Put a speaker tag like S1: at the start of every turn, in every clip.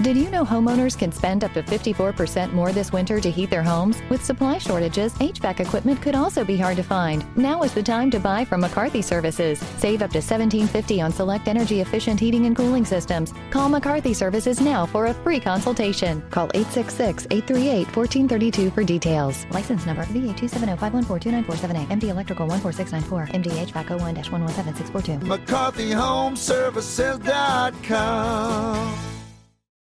S1: Did you know homeowners can spend up to 54% more this winter to heat their homes? With supply shortages, HVAC equipment could also be hard to find. Now is the time to buy from McCarthy Services. Save up to $17.50 on select energy efficient heating and cooling systems. Call McCarthy Services now for a free consultation. Call 866 838 1432 for details. License number VA 27051429478. MD Electrical 14694. MD HVAC 01 117642.
S2: McCarthyHomeservices.com.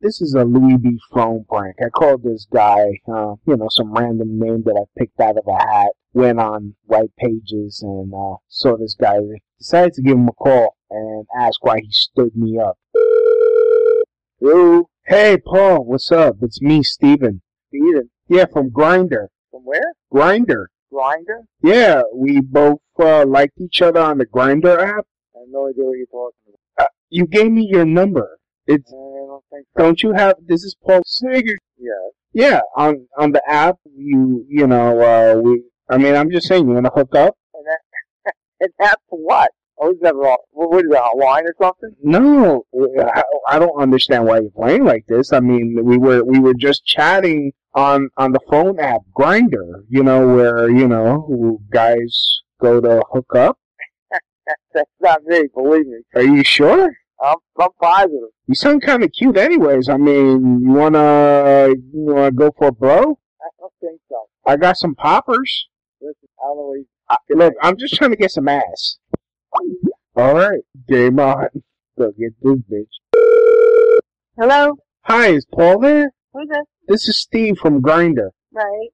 S3: this is a Louis B. phone prank. I called this guy, uh, you know, some random name that I picked out of a hat. Went on White Pages and uh, saw this guy. Decided to give him a call and ask why he stood me up. Hello? Hey, Paul, what's up? It's me, Steven.
S4: Steven?
S3: Yeah, from Grinder.
S4: From where?
S3: Grinder.
S4: Grinder?
S3: Yeah, we both uh, liked each other on the Grinder app.
S4: I
S3: Uh,
S4: have no idea what you're talking about.
S3: You gave me your number. It's
S4: I don't think so.
S3: don't you have this is Paul Sager
S4: Yeah.
S3: Yeah, on on the app, you you know, uh, we. I mean, I'm just saying, you want to hook up?
S4: And that, and that's what? I was never on, what, what is that, online or something?
S3: No, I, I don't understand why you're playing like this. I mean, we were we were just chatting on on the phone app Grinder, you know, where you know guys go to hook up.
S4: That, that's not me, believe me.
S3: Are you sure?
S4: I'm, I'm positive.
S3: You sound kind of cute, anyways. I mean, you wanna you wanna go for a blow?
S4: I don't think so.
S3: I got some poppers.
S4: Listen, I don't know what you,
S3: I, look, I'm just trying to get some ass. All right, game on. Go get this bitch.
S5: Hello?
S3: Hi, is Paul there?
S5: Who's this?
S3: This is Steve from Grinder.
S5: Right.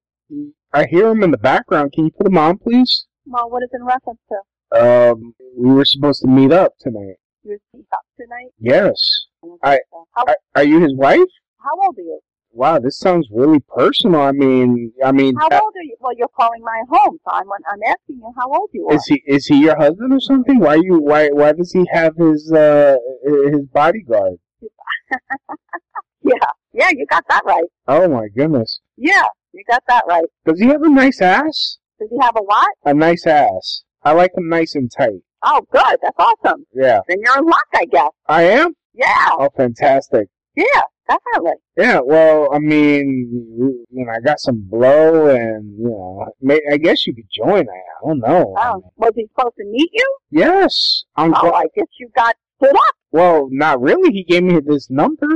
S3: I hear him in the background. Can you put him on, please?
S5: Well, what is in reference to?
S3: Um, we were supposed to meet up tonight.
S5: You're speaking up tonight?
S3: Yes.
S5: don't
S3: I-
S5: think so. How,
S3: Are, are you his wife?
S5: how old are you?
S3: Wow, this sounds really personal. I mean, I mean,
S5: How
S3: uh,
S5: old are you? Well, you're calling my home, so I'm, I'm asking you how old you are.
S3: is he is he your husband or something? Why you why why does he have his uh his bodyguard?
S5: yeah. Yeah, you got that right.
S3: Oh my goodness,
S5: Yeah, you got that right.
S3: does he have a nice ass?
S5: Does he have a what?
S3: a nice ass. I like them nice and tight.
S5: Oh, good. That's awesome.
S3: Yeah.
S5: Then you're in luck, I guess.
S3: I am?
S5: Yeah.
S3: Oh, fantastic.
S5: Yeah, definitely.
S3: Yeah, well, I mean, you know, I got some blow and, you know, may, I guess you could join. I, I don't know.
S5: Oh, was he supposed to meet you?
S3: Yes. I'm
S5: Oh, I guess you got stood up.
S3: well, not really. He gave me this number.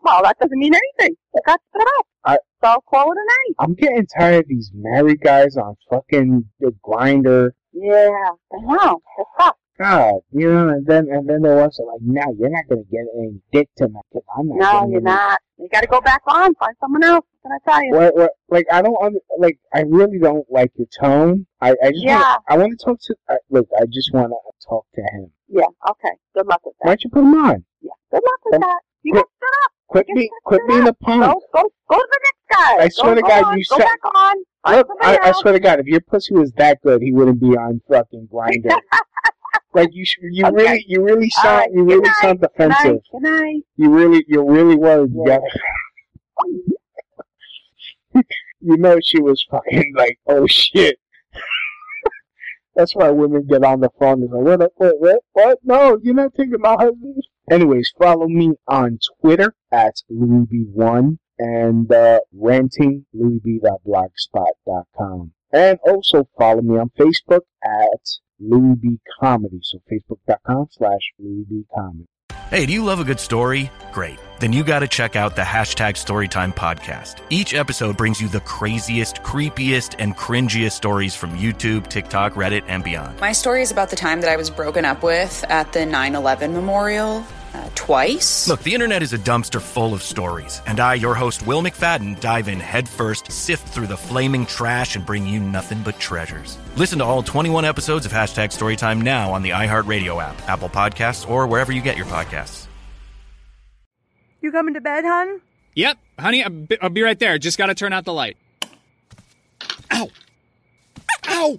S5: Well, that doesn't mean anything. You got stood up.
S3: I-
S5: so call it a night.
S3: I'm getting tired of these married guys on fucking the grinder.
S5: Yeah. I know. It's tough.
S3: God, you know, and then and then there was like, no, you're not gonna get any dick tonight. 'cause I'm not
S5: No,
S3: getting
S5: you're
S3: any
S5: not. You got to go back on. Find someone else. What Can I tell you?
S3: What, what, like I don't under- like I really don't like your tone. I, I just
S5: Yeah.
S3: want, I want to talk to I, look. I just want to talk to him.
S5: Yeah. Okay. Good luck with that.
S3: Why don't you put him on?
S5: Yeah. Good luck with
S3: Um,
S5: that. You
S3: quick-
S5: got stood up.
S3: Quit
S5: Just
S3: me,
S5: put
S3: quit
S5: it
S3: me in the pond.
S5: Go, go, go to the next guy.
S3: Hmm. I
S5: Go-
S3: swear to
S5: go
S3: God,
S5: on.
S3: you
S5: go
S3: said-
S5: back on. Find
S3: Look, I,
S5: somebody
S3: I
S5: else.
S3: swear to God, if your pussy was that good, he wouldn't be on fucking grinder. like you, sh- you
S5: Okay.
S3: really, you really
S5: All
S3: sound,
S5: right,
S3: you
S5: good
S3: really
S5: night,
S3: sound
S5: Good
S3: defensive.
S5: night. Good night.
S3: You really, you're really worried. You
S5: Yeah.
S3: got- you know, she was fucking like, oh shit. That's why women get on the phone and go, what, what, what, what? No, you're not taking my husband. Anyways, follow me on Twitter at LouisB1 and uh, renting louisb.blogspot.com. And also follow me on Facebook at LouisB Comedy. So facebook.com slash LouisB Comedy.
S6: Hey, do you love a good story? Great. Then you got to check out the hashtag Storytime podcast. Each episode brings you the craziest, creepiest, and cringiest stories from YouTube, TikTok, Reddit, and beyond.
S7: My story is about the time that I was broken up with at the 9 11 memorial uh, twice.
S6: Look, the internet is a dumpster full of stories, and I, your host, Will McFadden, dive in headfirst, sift through the flaming trash, and bring you nothing but treasures. Listen to all 21 episodes of hashtag Storytime now on the iHeartRadio app, Apple Podcasts, or wherever you get your podcasts.
S8: You coming to bed, hon?
S9: Yep, honey, I'll be, I'll be right there. Just gotta turn out the light.
S10: Ow! Ow!